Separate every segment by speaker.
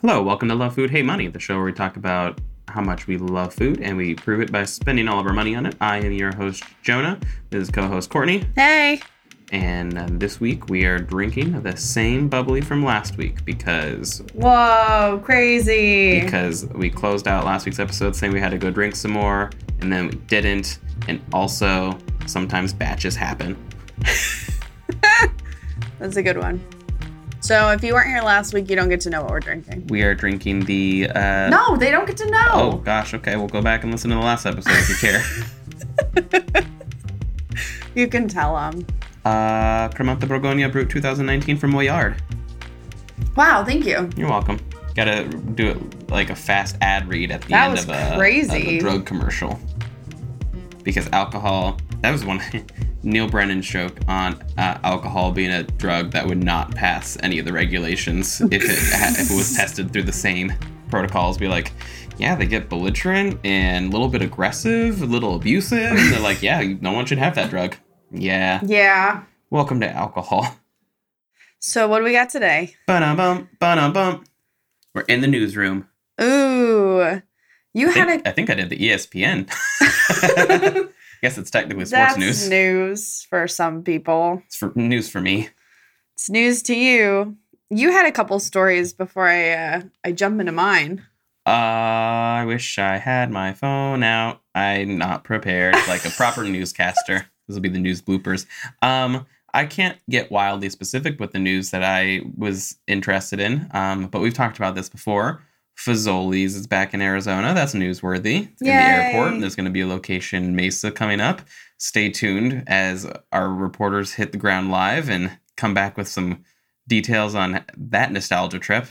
Speaker 1: Hello, welcome to Love Food, Hey Money, the show where we talk about how much we love food and we prove it by spending all of our money on it. I am your host, Jonah. This is co host Courtney.
Speaker 2: Hey.
Speaker 1: And uh, this week we are drinking the same bubbly from last week because
Speaker 2: Whoa, crazy.
Speaker 1: because we closed out last week's episode saying we had to go drink some more and then we didn't. And also, sometimes batches happen.
Speaker 2: That's a good one. So if you weren't here last week, you don't get to know what we're drinking.
Speaker 1: We are drinking the. Uh,
Speaker 2: No, they don't get to know.
Speaker 1: Oh gosh, okay, we'll go back and listen to the last episode if you care.
Speaker 2: You can tell them.
Speaker 1: uh, Cremant de Borgogna Brut 2019 from Moyard.
Speaker 2: Wow, thank you.
Speaker 1: You're welcome. Gotta do it like a fast ad read at the
Speaker 2: That
Speaker 1: end
Speaker 2: was
Speaker 1: of a,
Speaker 2: crazy.
Speaker 1: of a drug commercial. Because alcohol, that was one Neil Brennan's joke on uh, alcohol being a drug that would not pass any of the regulations if it, ha- if it was tested through the same protocols. Be like, yeah, they get belligerent and a little bit aggressive, a little abusive. And they're like, yeah, no one should have that drug. Yeah.
Speaker 2: Yeah.
Speaker 1: Welcome to alcohol.
Speaker 2: So what do we got today?
Speaker 1: Ba bum, ba bum. We're in the newsroom.
Speaker 2: Ooh. You
Speaker 1: I
Speaker 2: had
Speaker 1: think, I think I did the E ESPN.
Speaker 2: a
Speaker 1: Guess it's technically sports
Speaker 2: That's
Speaker 1: news.
Speaker 2: news for some people.
Speaker 1: It's for news for me.
Speaker 2: It's news to you. You had a couple stories before I uh, I jump into mine.
Speaker 1: Uh, I wish I had my phone out. I'm not prepared like a proper newscaster. This will be the news bloopers. Um, I can't get wildly specific with the news that I was interested in. Um, but we've talked about this before. Fazoli's is back in Arizona. That's newsworthy. It's in the airport.
Speaker 2: Yay.
Speaker 1: And there's going to be a location in Mesa coming up. Stay tuned as our reporters hit the ground live and come back with some details on that nostalgia trip.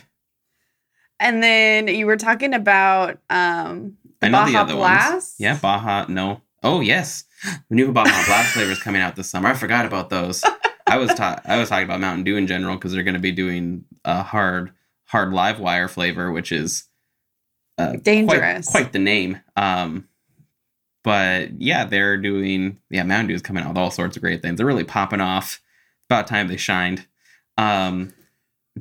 Speaker 2: And then you were talking about um
Speaker 1: I know the
Speaker 2: Baja
Speaker 1: other ones.
Speaker 2: Blast?
Speaker 1: Yeah, Baja. No. Oh yes, the new Baja Blast flavors coming out this summer. I forgot about those. I was ta- I was talking about Mountain Dew in general because they're going to be doing a hard hard live wire flavor, which is quite-
Speaker 2: dangerous.
Speaker 1: Quite, the name. Um, but yeah, they're doing yeah, Mountain Dew's coming out with all sorts of great things. They're really popping off. About time they shined. Um,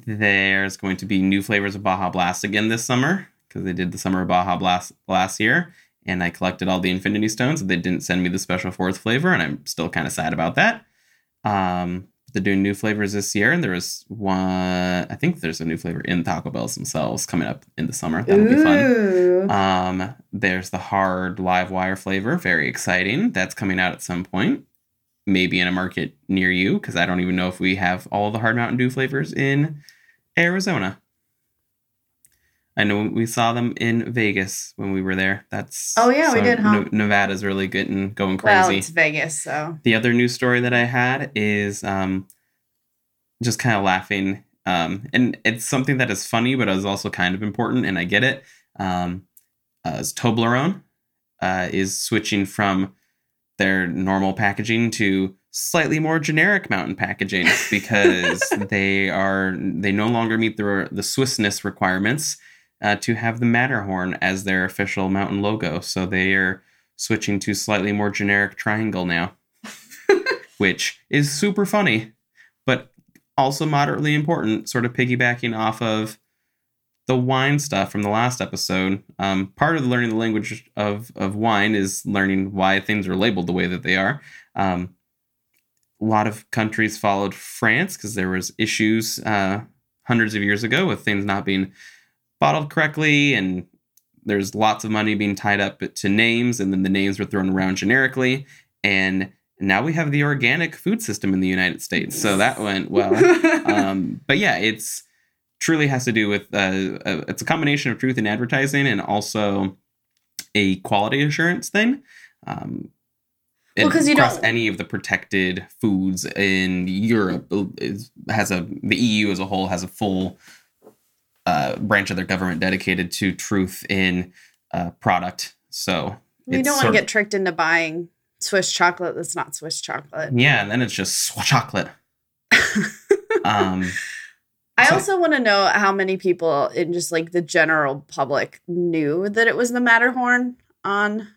Speaker 1: there's going to be new flavors of Baja Blast again this summer because they did the summer of Baja Blast last year, and I collected all the Infinity Stones. They didn't send me the special fourth flavor, and I'm still kind of sad about that. Um, they're doing new flavors this year, and there was one. I think there's a new flavor in Taco Bells themselves coming up in the summer. That'll be fun.
Speaker 2: Ooh.
Speaker 1: Um, there's the hard live wire flavor, very exciting. That's coming out at some point, maybe in a market near you, because I don't even know if we have all the hard Mountain Dew flavors in Arizona. I know we saw them in Vegas when we were there. That's
Speaker 2: Oh, yeah, we did, huh?
Speaker 1: Ne- Nevada's really getting going crazy.
Speaker 2: Well, it's Vegas, so
Speaker 1: The other news story that I had is um, just kind of laughing. Um, and it's something that is funny, but is also kind of important, and I get it. Um, uh, is Toblerone uh, is switching from their normal packaging to slightly more generic mountain packaging because they are they no longer meet the the Swissness requirements uh, to have the Matterhorn as their official mountain logo. So they are switching to slightly more generic triangle now which is super funny, but also moderately important, sort of piggybacking off of the wine stuff from the last episode. Um, part of the learning the language of, of wine is learning why things are labeled the way that they are. Um, a lot of countries followed France because there was issues uh, hundreds of years ago with things not being bottled correctly and there's lots of money being tied up to names and then the names were thrown around generically and now we have the organic food system in the united states so that went well um, but yeah, it's truly has to do with uh, uh, it's a combination of truth in advertising and also a quality assurance thing. Um,
Speaker 2: Well,
Speaker 1: and
Speaker 2: 'cause you
Speaker 1: across
Speaker 2: don't-
Speaker 1: any of the protected foods in Europe uh, is, has a the EU as a whole has a full uh, branch of their government dedicated to truth in uh, product. So
Speaker 2: we
Speaker 1: it's
Speaker 2: don't want to
Speaker 1: sort of-
Speaker 2: get tricked into buying Swiss chocolate that's not Swiss chocolate.
Speaker 1: yeah, and then it's just swa- chocolate. um,
Speaker 2: I
Speaker 1: So-
Speaker 2: also want to know how many people in just like the general public knew that it was the Matterhorn on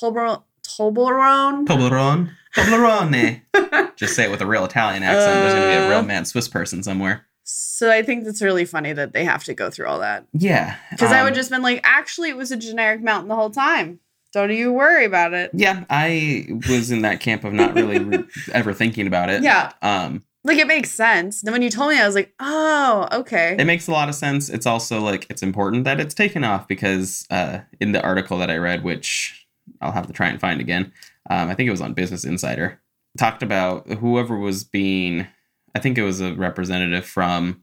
Speaker 2: Tobler- Toblerone.
Speaker 1: Toblerone. Toblerone. Just say it with a real Italian accent. There's going to be a real
Speaker 2: Uh.
Speaker 1: mad Swiss person somewhere.
Speaker 2: So I think that's really funny that they have to go through all that.
Speaker 1: Yeah.
Speaker 2: Because I
Speaker 1: um,
Speaker 2: would just been like, actually, it was a generic mountain the whole time. Don't you worry about it.
Speaker 1: Yeah, I was in that camp of not really re- ever thinking about it.
Speaker 2: Yeah.
Speaker 1: Um,
Speaker 2: Like it makes sense. Then when you told me, I was like, oh, okay.
Speaker 1: it makes a lot of sense. It's also like it's important that it's taken off because uh, in the article that I read, which I'll have to try and find again, um, I think it was on Business Insider, talked about whoever was being, I think it was a representative from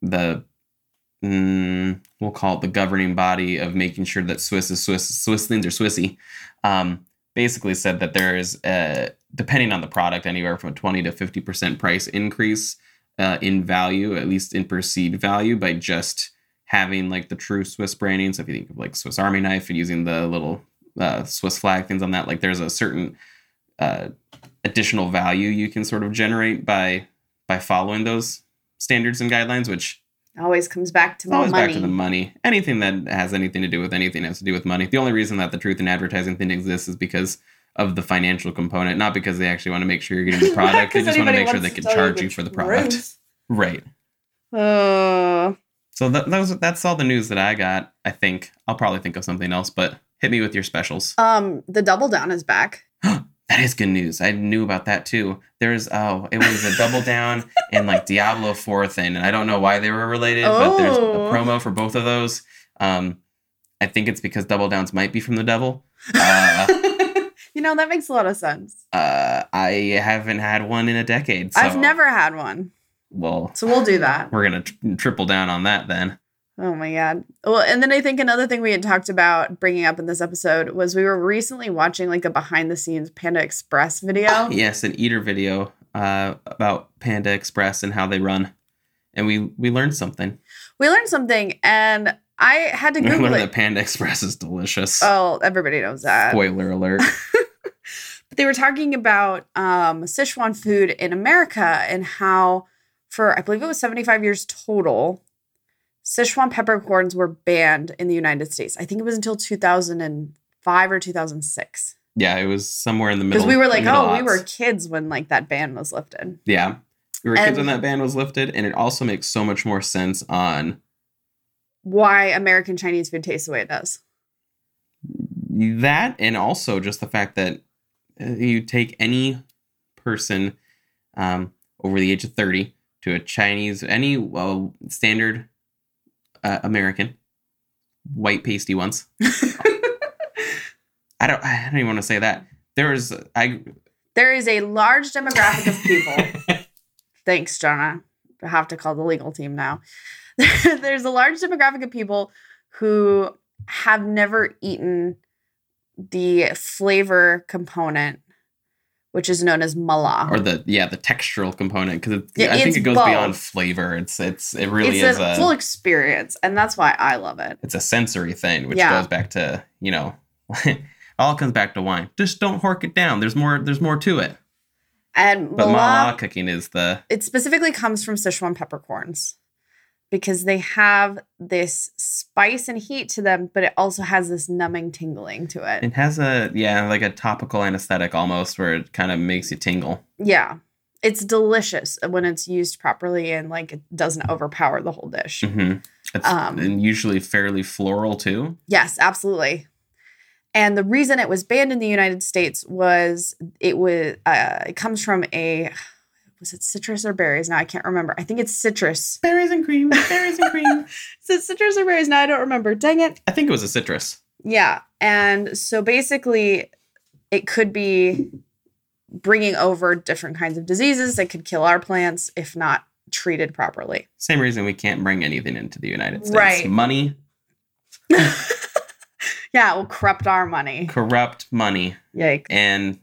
Speaker 1: the, mm, we'll call it the governing body of making sure that Swiss is Swiss, Swisslings are Swissy. Um, basically said that there is a, depending on the product, anywhere from a 20 to 50% price increase uh, in value, at least in perceived value, by just having like the true Swiss branding. So if you think of like Swiss Army knife and using the little uh, Swiss flag things on that, like there's a certain uh, additional value you can sort of generate by by following those standards and guidelines, which
Speaker 2: always comes back to
Speaker 1: it's
Speaker 2: more
Speaker 1: always
Speaker 2: money.
Speaker 1: back to the money. Anything that has anything to do with anything has to do with money. The only reason that the truth in advertising thing exists is because of the financial component, not because they actually want to make sure you're getting the product. they
Speaker 2: Because
Speaker 1: just want to
Speaker 2: anybody
Speaker 1: make sure
Speaker 2: wants
Speaker 1: they
Speaker 2: to
Speaker 1: can
Speaker 2: tell
Speaker 1: charge
Speaker 2: the
Speaker 1: you for the product.
Speaker 2: truth.
Speaker 1: Right.
Speaker 2: Uh,
Speaker 1: So that, that was, that's all the news that I got. I think I'll probably think of something else, but hit me with your specials.
Speaker 2: um, the double down is back.
Speaker 1: That is good news. I knew about that too. There's oh, it was a double down and like Diablo Four thing, and I don't know why they were related, but there's a
Speaker 2: Oh.
Speaker 1: promo for both of those. Um, I think it's because double downs might be from the devil. Uh,
Speaker 2: you know that makes a lot of sense.
Speaker 1: uh, I haven't had one in a decade. So,
Speaker 2: I've never had one,
Speaker 1: Well,
Speaker 2: so we'll do that.
Speaker 1: we're gonna tr- triple down on that then.
Speaker 2: Oh my god. Well, and then I think another thing we had talked about bringing up in this episode was we were recently watching like a behind the scenes Panda Express video.
Speaker 1: Yes, an eater video uh, about Panda Express and how they run, and we we learned something.
Speaker 2: We learned something, and I had to
Speaker 1: We
Speaker 2: Google
Speaker 1: learned that
Speaker 2: it.
Speaker 1: Panda Express is delicious.
Speaker 2: Oh, everybody knows that.
Speaker 1: Spoiler alert.
Speaker 2: But they were talking about um, Sichuan food in America and how, for I believe it was 75 years total, Sichuan peppercorns were banned in the United States. I think it was until 2005 or 2006.
Speaker 1: Yeah, it was somewhere in the middle.
Speaker 2: Because we were like,
Speaker 1: middle
Speaker 2: oh, we
Speaker 1: aughts.
Speaker 2: were kids when like that ban was lifted.
Speaker 1: Yeah, we were kids
Speaker 2: And-
Speaker 1: when that ban was lifted, and it also makes so much more sense on
Speaker 2: Why American Chinese food tastes the way it does.
Speaker 1: that, and also just the fact that uh, you take any person um, over the age of thirty to a Chinese, any well standard uh, American white pasty ones. I don't. I don't even want to say that. There is. I
Speaker 2: There is a large demographic of people. Thanks, Jonna. I have to call the legal team now. There's a large demographic of people who have never eaten the flavor component, which is known as mala.
Speaker 1: or the yeah the textural component because
Speaker 2: Yeah,
Speaker 1: I think
Speaker 2: it's
Speaker 1: it goes
Speaker 2: both.
Speaker 1: beyond flavor. It's it's it really is
Speaker 2: it's a,
Speaker 1: a
Speaker 2: full experience, and that's why I love it.
Speaker 1: it's a sensory thing, which
Speaker 2: Yeah.
Speaker 1: goes back to you know all comes back to wine. Just don't hork it down. There's more. There's more to it.
Speaker 2: And
Speaker 1: But
Speaker 2: mala,
Speaker 1: mala cooking is the
Speaker 2: it specifically comes from Sichuan peppercorns because they have this spice and heat to them, but it also has this numbing tingling to it.
Speaker 1: it has a yeah like a topical anesthetic almost where it kind of makes you tingle.
Speaker 2: Yeah. It's delicious when it's used properly and like it doesn't overpower the whole dish.
Speaker 1: hmm It's,
Speaker 2: Um,
Speaker 1: and usually fairly floral too.
Speaker 2: Yes, absolutely. And the reason it was banned in the United States was it was uh, it comes from a was it citrus or berries? Now I can't remember. I think it's citrus.
Speaker 1: Berries and cream. Berries and cream.
Speaker 2: Is it citrus or berries? Now I don't remember. Dang it.
Speaker 1: I think it was a citrus.
Speaker 2: Yeah. And so basically, it could be bringing over different kinds of diseases that could kill our plants if not treated properly.
Speaker 1: Same reason we can't bring anything into the United States.
Speaker 2: Right.
Speaker 1: Money,
Speaker 2: Yeah, it will corrupt our money.
Speaker 1: corrupt money,
Speaker 2: Yikes.
Speaker 1: and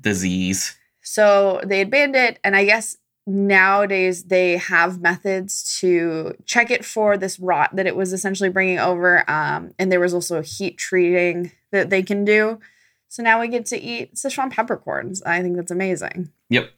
Speaker 1: disease.
Speaker 2: So they had banned it, and I guess nowadays they have methods to check it for this rot that it was essentially bringing over. Um, and there was also heat treating that they can do. So now we get to eat Sichuan peppercorns. I think that's amazing.
Speaker 1: Yep.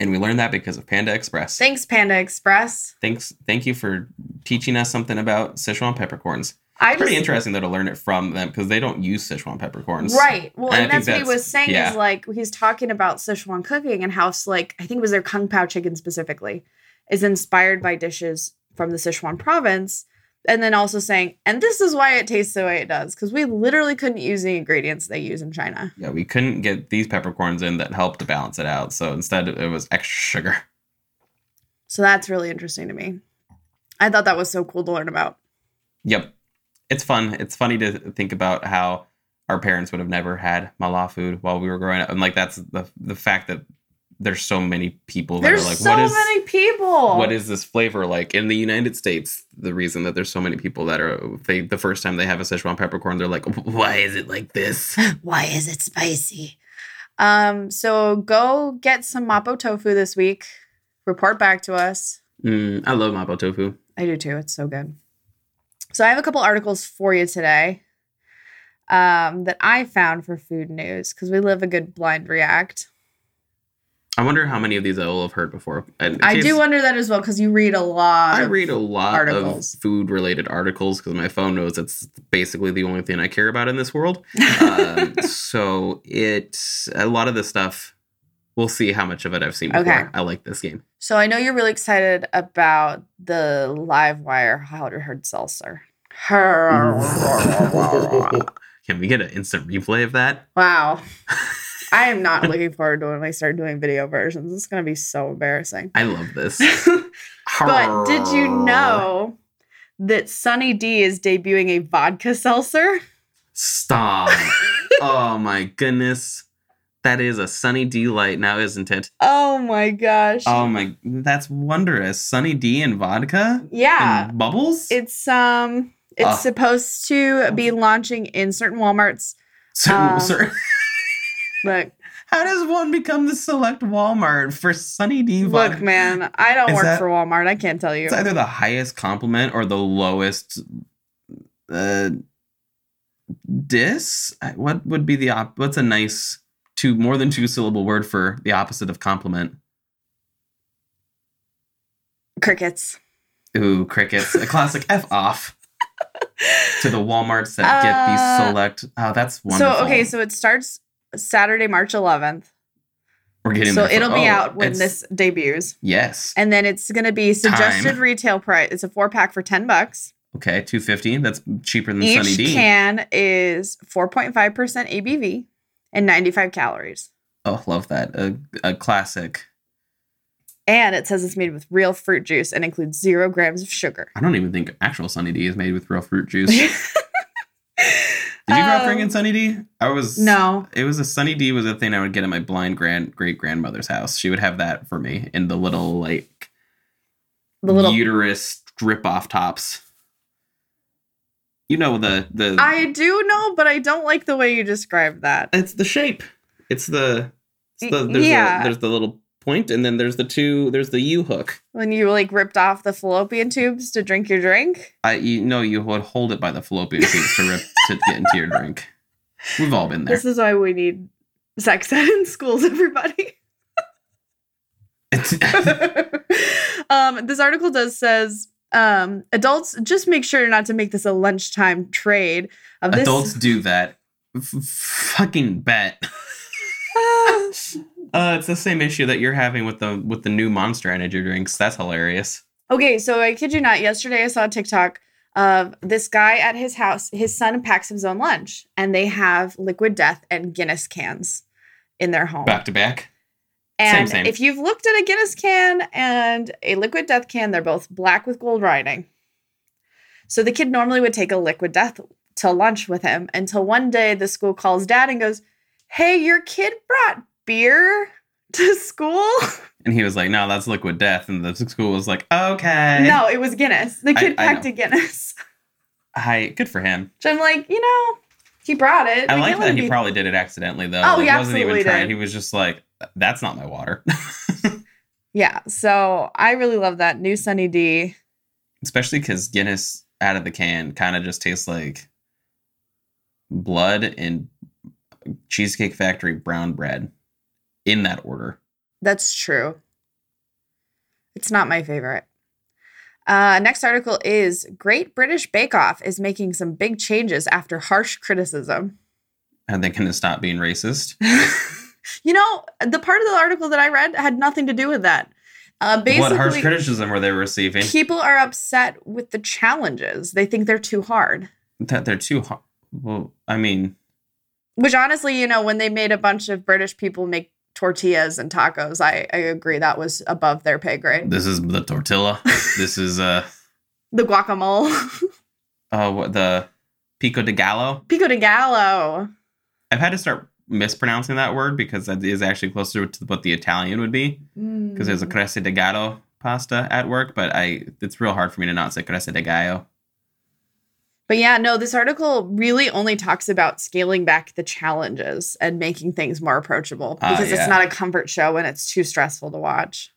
Speaker 1: And we learned that because of Panda Express.
Speaker 2: Thanks, Panda Express.
Speaker 1: Thanks. Thank you for teaching us something about Sichuan peppercorns.
Speaker 2: I
Speaker 1: Pretty
Speaker 2: just,
Speaker 1: interesting though to learn it from them because they don't use Sichuan peppercorns.
Speaker 2: Right. Well,
Speaker 1: And
Speaker 2: and,
Speaker 1: I think
Speaker 2: that's, what he
Speaker 1: that's-
Speaker 2: was saying
Speaker 1: yeah.
Speaker 2: is like he's talking about Sichuan cooking and how it's like I think it was their kung pao chicken specifically, is inspired by dishes from the Sichuan province. And then also saying, and this is why it tastes the way it does, because we literally couldn't use the ingredients they use in China.
Speaker 1: Yeah, we couldn't get these peppercorns in that helped to balance it out. So instead, it was extra sugar.
Speaker 2: So that's really interesting to me. I thought that was so cool to learn about.
Speaker 1: Yep. It's fun. It's funny to think about how our parents would have never had Mala food while we were growing up. And like that's the the fact that there's so many people that
Speaker 2: There's
Speaker 1: are like,
Speaker 2: so
Speaker 1: what is
Speaker 2: many people.
Speaker 1: what is this flavor like? In the United States, the reason that there's so many people that are they the first time they have a Sichuan peppercorn, they're like, why is it like this?
Speaker 2: why is it spicy? Um, so go get some mapo tofu this week. Report back to us.
Speaker 1: Mm, I love mapo tofu.
Speaker 2: I do too. It's so good. So I have a couple articles for you today um, that I found for food news because we live a good blind react.
Speaker 1: I wonder how many of these I will have heard before. And in
Speaker 2: I
Speaker 1: case-
Speaker 2: do wonder that as well because you read a lot.
Speaker 1: I
Speaker 2: of-
Speaker 1: read a lot
Speaker 2: articles.
Speaker 1: of food related articles because my phone knows it's basically the only thing I care about in this world. um, so it a lot of the stuff. We'll see how much of it I've seen before.
Speaker 2: Okay.
Speaker 1: I like this game.
Speaker 2: So I know you're really excited about the live wire hard seltzer.
Speaker 1: Can we get an instant replay of that?
Speaker 2: Wow. I am not looking forward to when we start doing video versions. It's going to be so embarrassing.
Speaker 1: I love this.
Speaker 2: but did you know that Sunny D is debuting a vodka seltzer?
Speaker 1: Stop. oh my goodness. That is a sunny D light now, isn't it?
Speaker 2: Oh my gosh.
Speaker 1: Oh my, that's wondrous. Sunny D and vodka
Speaker 2: yeah.
Speaker 1: and bubbles.
Speaker 2: It's um it's
Speaker 1: mm. Ah.
Speaker 2: supposed to be launching in certain Walmarts.
Speaker 1: Certain-
Speaker 2: um,
Speaker 1: certain-
Speaker 2: Look,
Speaker 1: How does one become the select Walmart for Sunny D
Speaker 2: look,
Speaker 1: vodka?
Speaker 2: man, I don't
Speaker 1: Is
Speaker 2: work
Speaker 1: that-
Speaker 2: for Walmart. I can't tell you.
Speaker 1: It's either the highest compliment or the lowest uh, dis. I- What would be the op? What's a nice two more than two syllable word for the opposite of compliment?
Speaker 2: Crickets.
Speaker 1: Ooh, crickets. A classic f off to the WalMarts that get
Speaker 2: Uh,
Speaker 1: these select. Oh, that's wonderful.
Speaker 2: So okay, so it starts Saturday, March 11th.
Speaker 1: we're getting
Speaker 2: So
Speaker 1: there for-
Speaker 2: it'll be
Speaker 1: oh,
Speaker 2: out when
Speaker 1: it's-
Speaker 2: this debuts.
Speaker 1: Yes.
Speaker 2: And then it's going to be suggested
Speaker 1: Time.
Speaker 2: retail price. It's a four pack for 10 bucks.
Speaker 1: Okay, two fifty. That's cheaper than Sunny
Speaker 2: Each
Speaker 1: D.
Speaker 2: can is 4.5% ABV and 95 calories.
Speaker 1: oh, love that. A, a classic.
Speaker 2: And it says it's made with real fruit juice and includes zero grams of sugar.
Speaker 1: I don't even think actual Sunny D is made with real fruit juice. Did you grow up
Speaker 2: Um,
Speaker 1: drinking Sunny D? I was
Speaker 2: No.
Speaker 1: It was a Sunny D was a thing I would get at my blind grand great grandmother's house. She would have that for me in the little like
Speaker 2: The little.
Speaker 1: uterus drip off tops. You know the the
Speaker 2: I do know, but I don't like the way you described that.
Speaker 1: it's the shape. It's the, it's the
Speaker 2: Y-
Speaker 1: there's
Speaker 2: yeah.
Speaker 1: the, there's the little point and then there's the two there's the U hook.
Speaker 2: When you like ripped off the fallopian tubes to drink your drink.
Speaker 1: I you know you would hold it by the fallopian tubes to rip to get into your drink. We've all been there.
Speaker 2: This is why we need sex ed in schools, everybody. um, this article does says um, adults just make sure not to make this a lunchtime trade of this.
Speaker 1: Adults do that. F- fucking bet.
Speaker 2: Ah,
Speaker 1: Uh, it's the same issue that you're having with the with the new Monster Energy drinks. That's hilarious.
Speaker 2: okay, so I kid you not. Yesterday I saw a TikTok of this guy at his house. His son packs his own lunch, and they have Liquid Death and Guinness cans in their home.
Speaker 1: Back to back.
Speaker 2: and
Speaker 1: same.
Speaker 2: if you've looked at a Guinness can and a Liquid Death can, they're both black with gold writing. So the kid normally would take a Liquid Death to lunch with him until one day the school calls dad and goes, Hey, your kid brought beer to school?
Speaker 1: And he was like, "No, that's Liquid Death." And the school was like, "Okay."
Speaker 2: no, it was Guinness. The
Speaker 1: I-
Speaker 2: kid
Speaker 1: I
Speaker 2: packed
Speaker 1: know.
Speaker 2: a Guinness.
Speaker 1: Hi. Good for him.
Speaker 2: So I'm like, you know, he brought it.
Speaker 1: I
Speaker 2: We
Speaker 1: like
Speaker 2: can't let
Speaker 1: that
Speaker 2: him
Speaker 1: he
Speaker 2: be-
Speaker 1: probably did it accidentally though.
Speaker 2: Oh,
Speaker 1: Like,
Speaker 2: he
Speaker 1: wasn't even
Speaker 2: absolutely
Speaker 1: trying.
Speaker 2: did.
Speaker 1: He was just like, "That's not my water."
Speaker 2: Yeah. So I really love that. New Sunny D.
Speaker 1: Especially because Guinness out of the can kind of just tastes like blood and Cheesecake Factory brown bread in that order.
Speaker 2: That's true. It's not my favorite. Uh, next article is Great British Bake Off is making some big changes after harsh criticism.
Speaker 1: Are they going to stop being racist?
Speaker 2: you know, the part of the article that I read had nothing to do with that. Uh,
Speaker 1: what harsh
Speaker 2: basically,
Speaker 1: criticism were they receiving?
Speaker 2: people are upset with the challenges. They think they're too hard.
Speaker 1: that they're too hard. Well, I mean,
Speaker 2: Which honestly, you know, when they made a bunch of British people make tortillas and tacos, I, I agree that was above their pay grade.
Speaker 1: this is the tortilla. this is uh,
Speaker 2: The guacamole,
Speaker 1: uh, what the pico de gallo.
Speaker 2: pico de gallo.
Speaker 1: I've had to start mispronouncing that word because that is actually closer to what the Italian would be. because
Speaker 2: Mm.
Speaker 1: there's a crese de gallo pasta at work, but I it's real hard for me to not say crese de gallo.
Speaker 2: But yeah, no, this article really only talks about scaling back the challenges and making things more approachable
Speaker 1: Ah,
Speaker 2: because
Speaker 1: yeah.
Speaker 2: it's not a comfort show and it's too stressful to watch.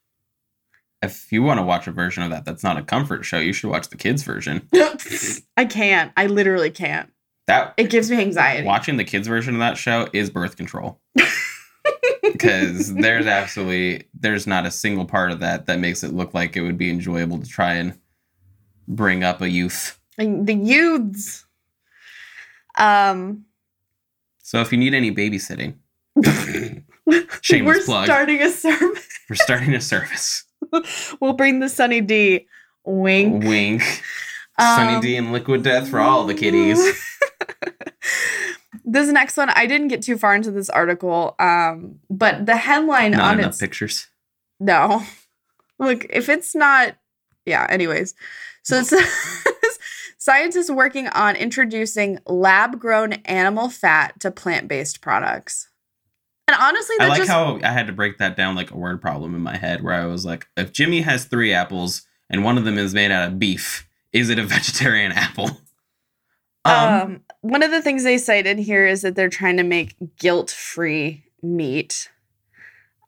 Speaker 1: If you want to watch a version of that, that's not a comfort show. You should watch the kids version.
Speaker 2: I can't. I literally can't.
Speaker 1: That
Speaker 2: It gives me anxiety.
Speaker 1: watching the kids version of that show is birth control. Because there's absolutely there's not a single part of that that makes it look like it would be enjoyable to try and bring up a youth.
Speaker 2: And the youths. Um,
Speaker 1: So if you need any babysitting, shameless
Speaker 2: we're
Speaker 1: plug,
Speaker 2: starting a sermon.
Speaker 1: we're starting a service.
Speaker 2: We'll bring the Sunny D. Wink.
Speaker 1: Wink. Sunny
Speaker 2: Um,
Speaker 1: D and Liquid Death for all the kiddies.
Speaker 2: this next one, I didn't get too far into this article, um, but the headline
Speaker 1: Not
Speaker 2: on
Speaker 1: enough
Speaker 2: its
Speaker 1: pictures.
Speaker 2: No. Look, if it's not, yeah, anyways. So it says scientists working on introducing lab grown animal fat to plant based products. And honestly,
Speaker 1: I
Speaker 2: that
Speaker 1: like
Speaker 2: just.
Speaker 1: how I had to break that down like a word problem in my head where I was like, if Jimmy has three apples and one of them is made out of beef, is it a vegetarian apple? Um,
Speaker 2: um, one of the things they cited here is that they're trying to make guilt free meat,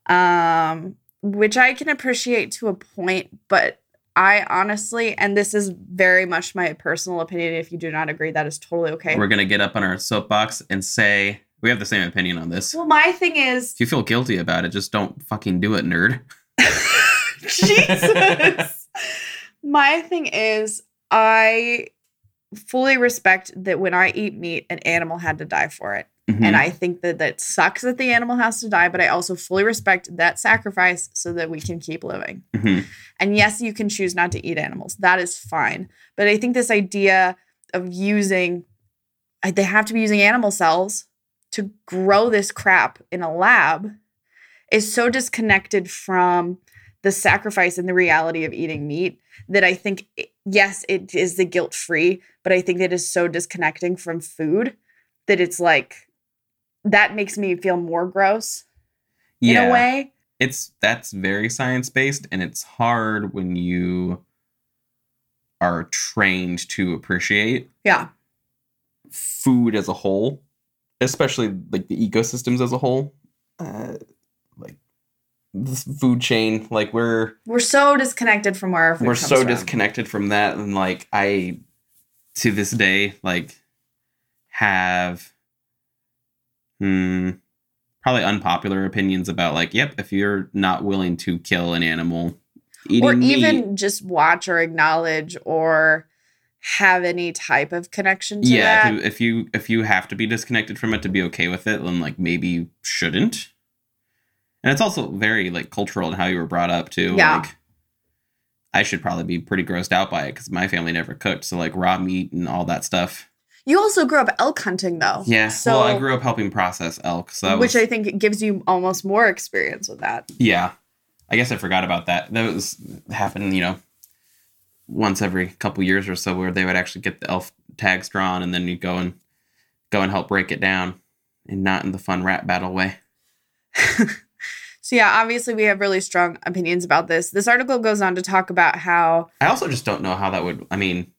Speaker 2: um, which I can appreciate to a point, but I honestly, and this is very much my personal opinion, if you do not agree, that is totally okay.
Speaker 1: we're gonna get up on our soapbox and say we have the same opinion on this.
Speaker 2: Well, my thing is,
Speaker 1: If you feel guilty about it, just don't fucking do it, nerd.
Speaker 2: Jesus. my thing is, I fully respect that when I eat meat, an animal had to die for it.
Speaker 1: Mm-hmm,
Speaker 2: And I think that that sucks that the animal has to die, but I also fully respect that sacrifice so that we can keep living.
Speaker 1: Mhm.
Speaker 2: And yes, you can choose not to eat animals. That is fine. But I think this idea of using, I- they have to be using animal cells to grow this crap in a lab is so disconnected from the sacrifice and the reality of eating meat that I think, yes, it is the guilt free, but I think it is so disconnecting from food that it's like, that makes me feel more gross
Speaker 1: yeah,
Speaker 2: in a way.
Speaker 1: it's that's very science based, and it's hard when you are trained to appreciate
Speaker 2: Yeah.
Speaker 1: food as a whole, especially like the ecosystems as a whole, uh, like this food chain, like we're
Speaker 2: We're so disconnected from where our food
Speaker 1: we're
Speaker 2: comes
Speaker 1: so
Speaker 2: from.
Speaker 1: disconnected from that, and like I, to this day, like have, hmm, probably unpopular opinions about like, yep, if you're not willing to kill an animal, eating
Speaker 2: or
Speaker 1: meat-
Speaker 2: even just watch or acknowledge or have any type of connection to
Speaker 1: yeah,
Speaker 2: that.
Speaker 1: if you- if you if you have to be disconnected from it to be okay with it, then like maybe you shouldn't. And it's also very like cultural and how you were brought up too.
Speaker 2: Yeah.
Speaker 1: Like, I should probably be pretty grossed out by it because my family never cooked, so like raw meat and all that stuff.
Speaker 2: You also grew up elk hunting though.
Speaker 1: Yeah.
Speaker 2: So
Speaker 1: well, I grew up helping process elk, so that
Speaker 2: which
Speaker 1: was,
Speaker 2: I think gives you almost more experience with that.
Speaker 1: yeah. I guess I forgot about that. That was happened, you know, once every couple years or so, where they would actually get the elf tags drawn, and then you go and go and help break it down, and not in the fun rap battle way.
Speaker 2: So yeah, obviously we have really strong opinions about this. This article goes on to talk about how
Speaker 1: I also just don't know how that would. I mean,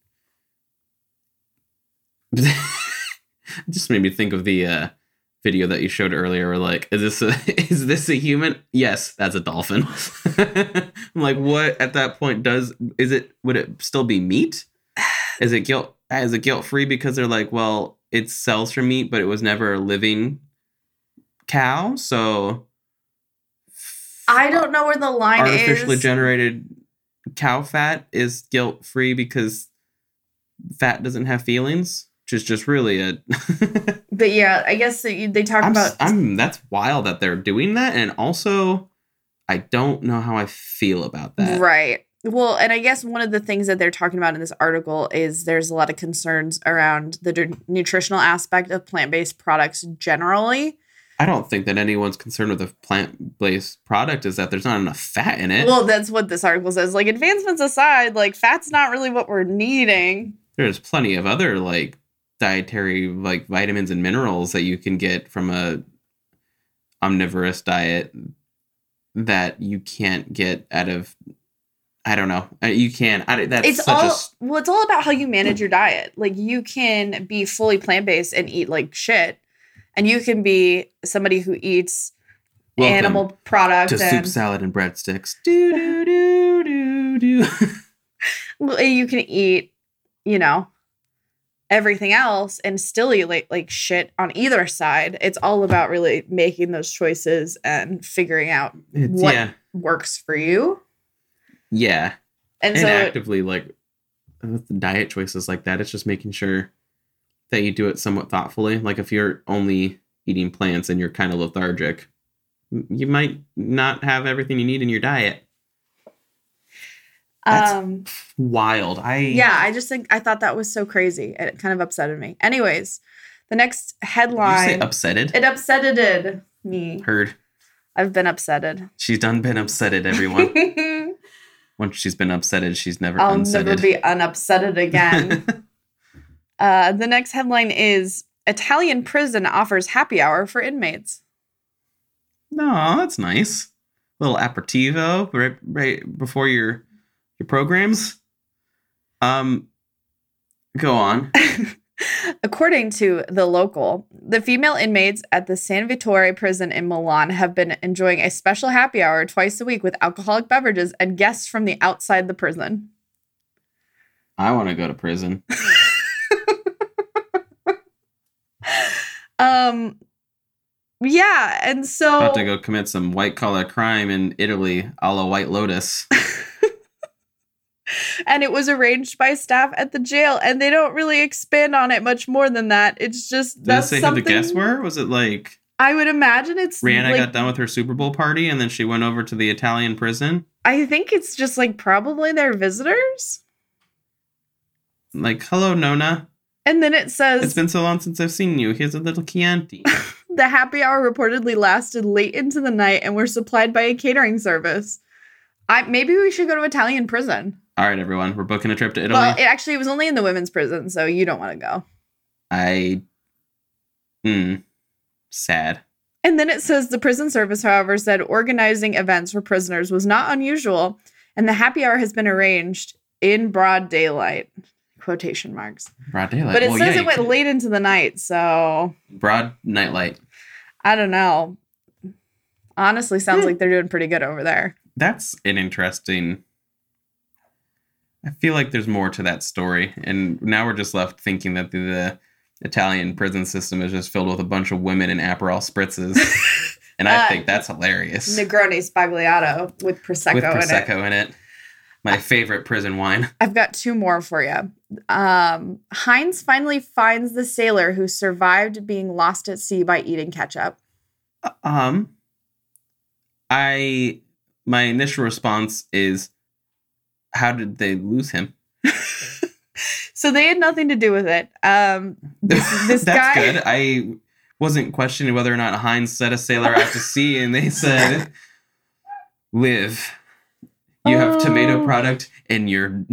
Speaker 1: it just made me think of the uh, video that you showed earlier. Where like, is this a is this a human? Yes, that's a dolphin. I'm like, what at that point does is it? Would it still be meat? Is it guilt? Is it guilt free because they're like, well, it sells for meat, but it was never a living cow, so
Speaker 2: I don't know where the line
Speaker 1: artificially
Speaker 2: is.
Speaker 1: generated cow fat is guilt free because fat doesn't have feelings, which is just really a.
Speaker 2: but yeah, I guess that you, they talk
Speaker 1: I'm,
Speaker 2: about
Speaker 1: s- I'm that's wild that they're doing that, and also I don't know how I feel about that.
Speaker 2: Right. Well, and I guess one of the things that they're talking about in this article is there's a lot of concerns around the d- nutritional aspect of plant based products generally.
Speaker 1: I don't think that anyone's concerned with a plant based product is that there's not enough fat in it.
Speaker 2: Well, that's what this article says. Like, advancements aside, like, fat's not really what we're needing.
Speaker 1: there's plenty of other like dietary like vitamins and minerals that you can get from a omnivorous diet that you can't get out of I don't know. Uh, You can. I, that's
Speaker 2: it's
Speaker 1: such
Speaker 2: all
Speaker 1: a s-
Speaker 2: well it's all about how you manage your diet like you can be fully plant-based and eat like shit and you can be somebody who eats
Speaker 1: welcome
Speaker 2: animal products
Speaker 1: to soup
Speaker 2: and
Speaker 1: salad and breadsticks. Do do do do do.
Speaker 2: Well, you can eat you know everything else and still eat like, like shit on either side it's all about really making those choices and figuring out
Speaker 1: It's,
Speaker 2: What?
Speaker 1: Yeah,
Speaker 2: works for you
Speaker 1: yeah,
Speaker 2: and
Speaker 1: and,
Speaker 2: so
Speaker 1: actively like with diet choices like that, it's just making sure that you do it somewhat thoughtfully. Like if you're only eating plants and you're kind of lethargic, m- you might not have everything you need in your diet. that's-
Speaker 2: um
Speaker 1: Wild. I
Speaker 2: yeah i just think i thought that was so crazy it kind of upsetted me anyways the next
Speaker 1: Did you say
Speaker 2: headline
Speaker 1: upsetted.
Speaker 2: It upsetted me.
Speaker 1: Heard
Speaker 2: I've been upsetted.
Speaker 1: she's done been upsetted. Everyone.
Speaker 2: I'll
Speaker 1: Once she's been upsetted, she's never
Speaker 2: never
Speaker 1: unsetted.
Speaker 2: be unupsetted again. uh, the next headline is Italian prison offers happy hour for inmates.
Speaker 1: No, that's nice. little aperitivo right right before your your programs. Um go on.
Speaker 2: According to the local, the female inmates at the San Vittore prison in Milan have been enjoying a special happy hour twice a week with alcoholic beverages and guests from the outside the prison.
Speaker 1: I want to go to prison.
Speaker 2: Um, yeah, and so
Speaker 1: About to go commit some white collar crime in Italy, a la White Lotus.
Speaker 2: and it was arranged by staff at the jail and they don't really expand on it much more than that it's just
Speaker 1: Did it
Speaker 2: that's
Speaker 1: say who the
Speaker 2: something
Speaker 1: guests were? Was it like
Speaker 2: i would imagine it's
Speaker 1: Rihanna
Speaker 2: like,
Speaker 1: got done with her Super Bowl party and then she went over to the Italian prison?
Speaker 2: i think it's just like probably their visitors
Speaker 1: Like, hello Nona.
Speaker 2: and then it says
Speaker 1: It's been so long since I've seen you. Here's a little Chianti.
Speaker 2: the happy hour reportedly lasted late into the night and were supplied by a catering service I, maybe we should go to Italian prison.
Speaker 1: All right, everyone, we're booking a trip to Italy.
Speaker 2: Well, it actually was only in the women's prison, so you don't want to go.
Speaker 1: I. Mm, sad.
Speaker 2: And then it says the prison service, however, said organizing events for prisoners was not unusual, and the happy hour has been arranged in broad daylight. Quotation marks.
Speaker 1: Broad daylight.
Speaker 2: but it
Speaker 1: Well,
Speaker 2: says
Speaker 1: yeah,
Speaker 2: it
Speaker 1: you
Speaker 2: went
Speaker 1: could-
Speaker 2: late into the night, so
Speaker 1: Broad nightlight.
Speaker 2: I don't know. Honestly, sounds
Speaker 1: Hmm.
Speaker 2: like they're doing pretty good over there.
Speaker 1: That's an interesting. I feel like there's more to that story, and now we're just left thinking that the, the Italian prison system is just filled with a bunch of women in Aperol spritzes, and I
Speaker 2: Uh,
Speaker 1: think that's hilarious.
Speaker 2: Negroni Spagliato with Prosecco,
Speaker 1: with
Speaker 2: in it.
Speaker 1: prosecco in it. my favorite prison wine.
Speaker 2: I've got two more for you. Um, Heinz finally finds the sailor who survived being lost at sea by eating ketchup.
Speaker 1: Um, I my initial response is, how did they lose him?
Speaker 2: So they had nothing to do with it. Um, This- this
Speaker 1: That's
Speaker 2: guy-
Speaker 1: good. I wasn't questioning whether or not Heinz set a sailor out to sea, and they said, "Live. You have tomato
Speaker 2: Oh.
Speaker 1: product in your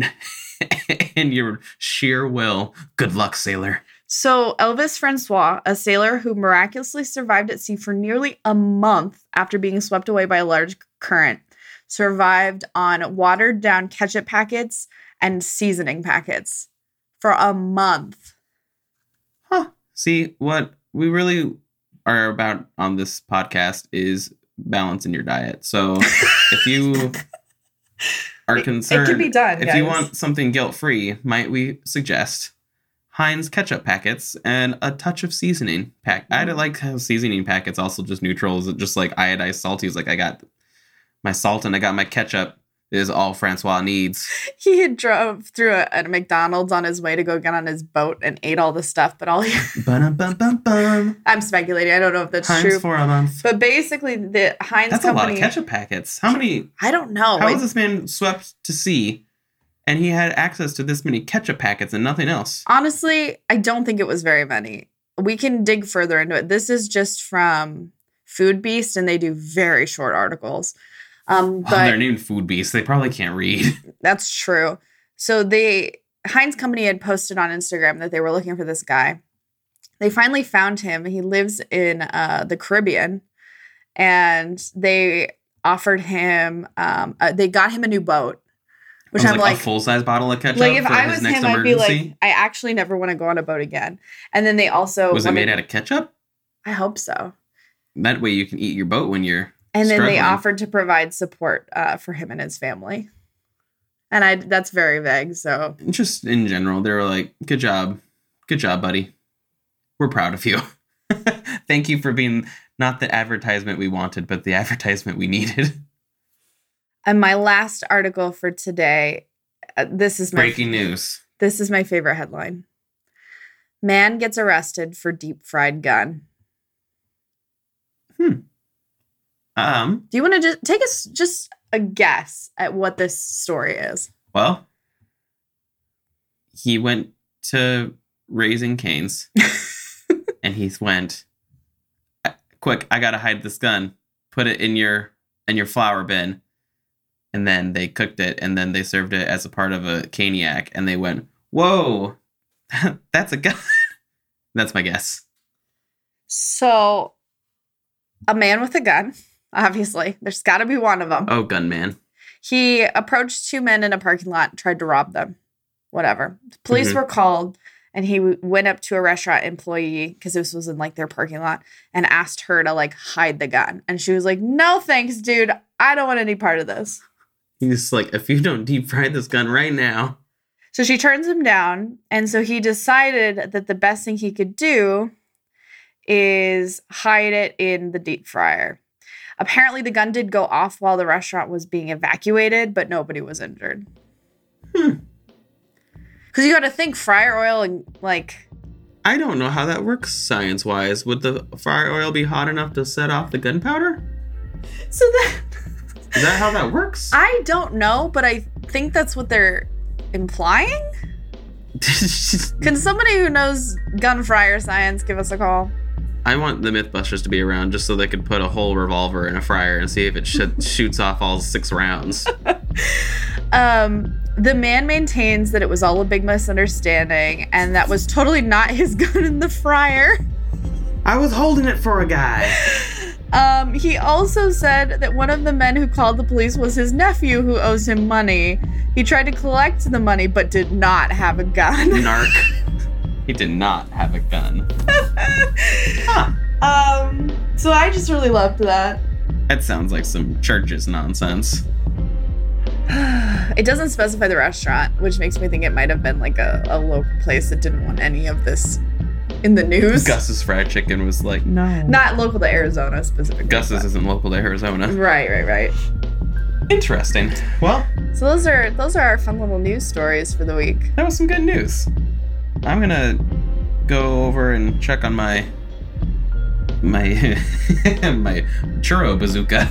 Speaker 1: in your sheer will. Good luck, sailor."
Speaker 2: So, Elvis Francois, a sailor who miraculously survived at sea for nearly a month after being swept away by a large current, survived on watered down ketchup packets and seasoning packets for a month.
Speaker 1: Huh. See what we really are about on this podcast is balance in your diet. So if you are concerned,
Speaker 2: it can be done.
Speaker 1: If
Speaker 2: guys.
Speaker 1: you want something guilt free, might we suggest Heinz ketchup packets and a touch of seasoning pack? I do like how seasoning packets also just neutrals, just like iodized salties. Like I got my salt and I got my ketchup. is all Francois needs.
Speaker 2: He had drove through a, a McDonald's on his way to go get on his boat and ate all the stuff, but all he,
Speaker 1: Bum bum bum bum.
Speaker 2: I'm speculating. I don't know if that's true.
Speaker 1: Times for a month.
Speaker 2: but basically, the Heinz
Speaker 1: That's a
Speaker 2: company.
Speaker 1: lot of ketchup packets. How many?
Speaker 2: I don't know.
Speaker 1: How
Speaker 2: It-
Speaker 1: was this man swept to sea, and he had access to this many ketchup packets and nothing else?
Speaker 2: Honestly, I don't think it was very many. We can dig further into it. This is just from Food Beast, and they do very short articles. Um,
Speaker 1: Well, they're
Speaker 2: but
Speaker 1: named food beasts. They probably can't read.
Speaker 2: that's true. So they Heinz Company had posted on Instagram that they were looking for this guy. They finally found him. He lives in uh, the Caribbean, and they offered him. Um, uh, they got him a new boat, which
Speaker 1: I was
Speaker 2: I'm
Speaker 1: like,
Speaker 2: like,
Speaker 1: a full size bottle of ketchup
Speaker 2: like if
Speaker 1: for
Speaker 2: I
Speaker 1: his
Speaker 2: was
Speaker 1: next
Speaker 2: him, I'd be
Speaker 1: emergency.
Speaker 2: like, "Oh, I actually never want to go on a boat again. And then they also
Speaker 1: was it
Speaker 2: wanted-
Speaker 1: made out of ketchup?
Speaker 2: I hope so.
Speaker 1: That way you can eat your boat when you're.
Speaker 2: And then they
Speaker 1: Struggling.
Speaker 2: offered to provide support uh, for him and his family. And I that's very vague. So
Speaker 1: Just in general, they were like, "Good job, good job, buddy. We're proud of you. Thank you for being not the advertisement we wanted, but the advertisement we needed."
Speaker 2: and my last article for today. Uh, this is my
Speaker 1: Breaking news.
Speaker 2: This is my favorite headline. Man gets arrested for deep fried gun.
Speaker 1: Um.
Speaker 2: Do you want to just take us just a guess at what this story is?
Speaker 1: Well, he went to Raising Canes, and he went, "I- "Quick! I gotta hide this gun. Put it in your in your flour bin." And then they cooked it, and then they served it as a part of a caniac, and they went, "Whoa, that's a gun." that's my guess.
Speaker 2: So, a man with a gun, obviously, there's got to be one of them.
Speaker 1: Oh, gunman!
Speaker 2: He approached two men in a parking lot and tried to rob them. Whatever. The police
Speaker 1: Mhm.
Speaker 2: were called and he w- went up to a restaurant employee because this was in like their parking lot and asked her to like hide the gun. And she was like, no, thanks, dude. I don't want any part of this.
Speaker 1: He's like, "If you don't deep fry this gun right now,
Speaker 2: So she turns him down. And so he decided that the best thing he could do is hide it in the deep fryer. Apparently, the gun did go off while the restaurant was being evacuated, but nobody was injured.
Speaker 1: Hmm.
Speaker 2: Because you got to think fryer oil and like,
Speaker 1: I don't know how that works science wise. Would the fire oil be hot enough to set off the gunpowder?
Speaker 2: so that
Speaker 1: Is that how that works?
Speaker 2: I don't know, but I think that's what they're implying. Can somebody who knows gun fryer science give us a call?
Speaker 1: I want the Mythbusters to be around just so they could put a whole revolver in a fryer and see if it sh- shoots off all six rounds.
Speaker 2: Um, the man maintains that it was all a big misunderstanding and that was totally not his gun in the fryer.
Speaker 1: I was holding it for a guy.
Speaker 2: Um, he also said that one of the men who called the police was his nephew who owes him money. He tried to collect the money but did not have a gun.
Speaker 1: Narc. He did not have a gun. Huh.
Speaker 2: Um, so I just really loved that.
Speaker 1: That sounds like some church's nonsense.
Speaker 2: It doesn't specify the restaurant, which makes me think it might have been like a, a local place that didn't want any of this in the news.
Speaker 1: Gus's fried chicken was like, no.
Speaker 2: Not local to Arizona specifically.
Speaker 1: Gus's
Speaker 2: but-
Speaker 1: isn't local to Arizona.
Speaker 2: Right, right, right.
Speaker 1: Interesting. Well,
Speaker 2: So those are those are our fun little news stories for the week.
Speaker 1: that was some good news. I'm gonna go over and check on my my my churro bazooka.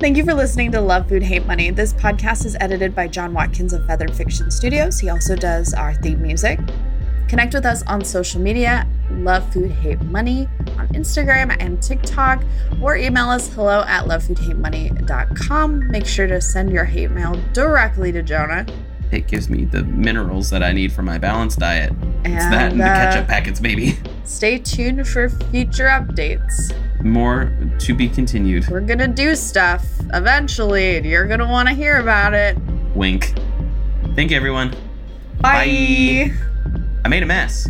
Speaker 2: Thank you for listening to Love Food Hate Money. This podcast is edited by John Watkins of Feathered Fiction Studios. He also does our theme music. Connect with us on social media, Love Food Hate Money on Instagram and TikTok, or email us hello at lovefoodhatemoney.com. Make sure to send your hate mail directly to Jonah.
Speaker 1: It gives me the minerals that I need for my balanced diet.
Speaker 2: And
Speaker 1: It's that and the
Speaker 2: uh,
Speaker 1: ketchup packets, baby.
Speaker 2: stay tuned for future updates.
Speaker 1: More to be continued.
Speaker 2: We're gonna do stuff eventually, and you're gonna wanna hear about it.
Speaker 1: Wink. Thank you, everyone.
Speaker 2: Bye.
Speaker 1: I made a mess.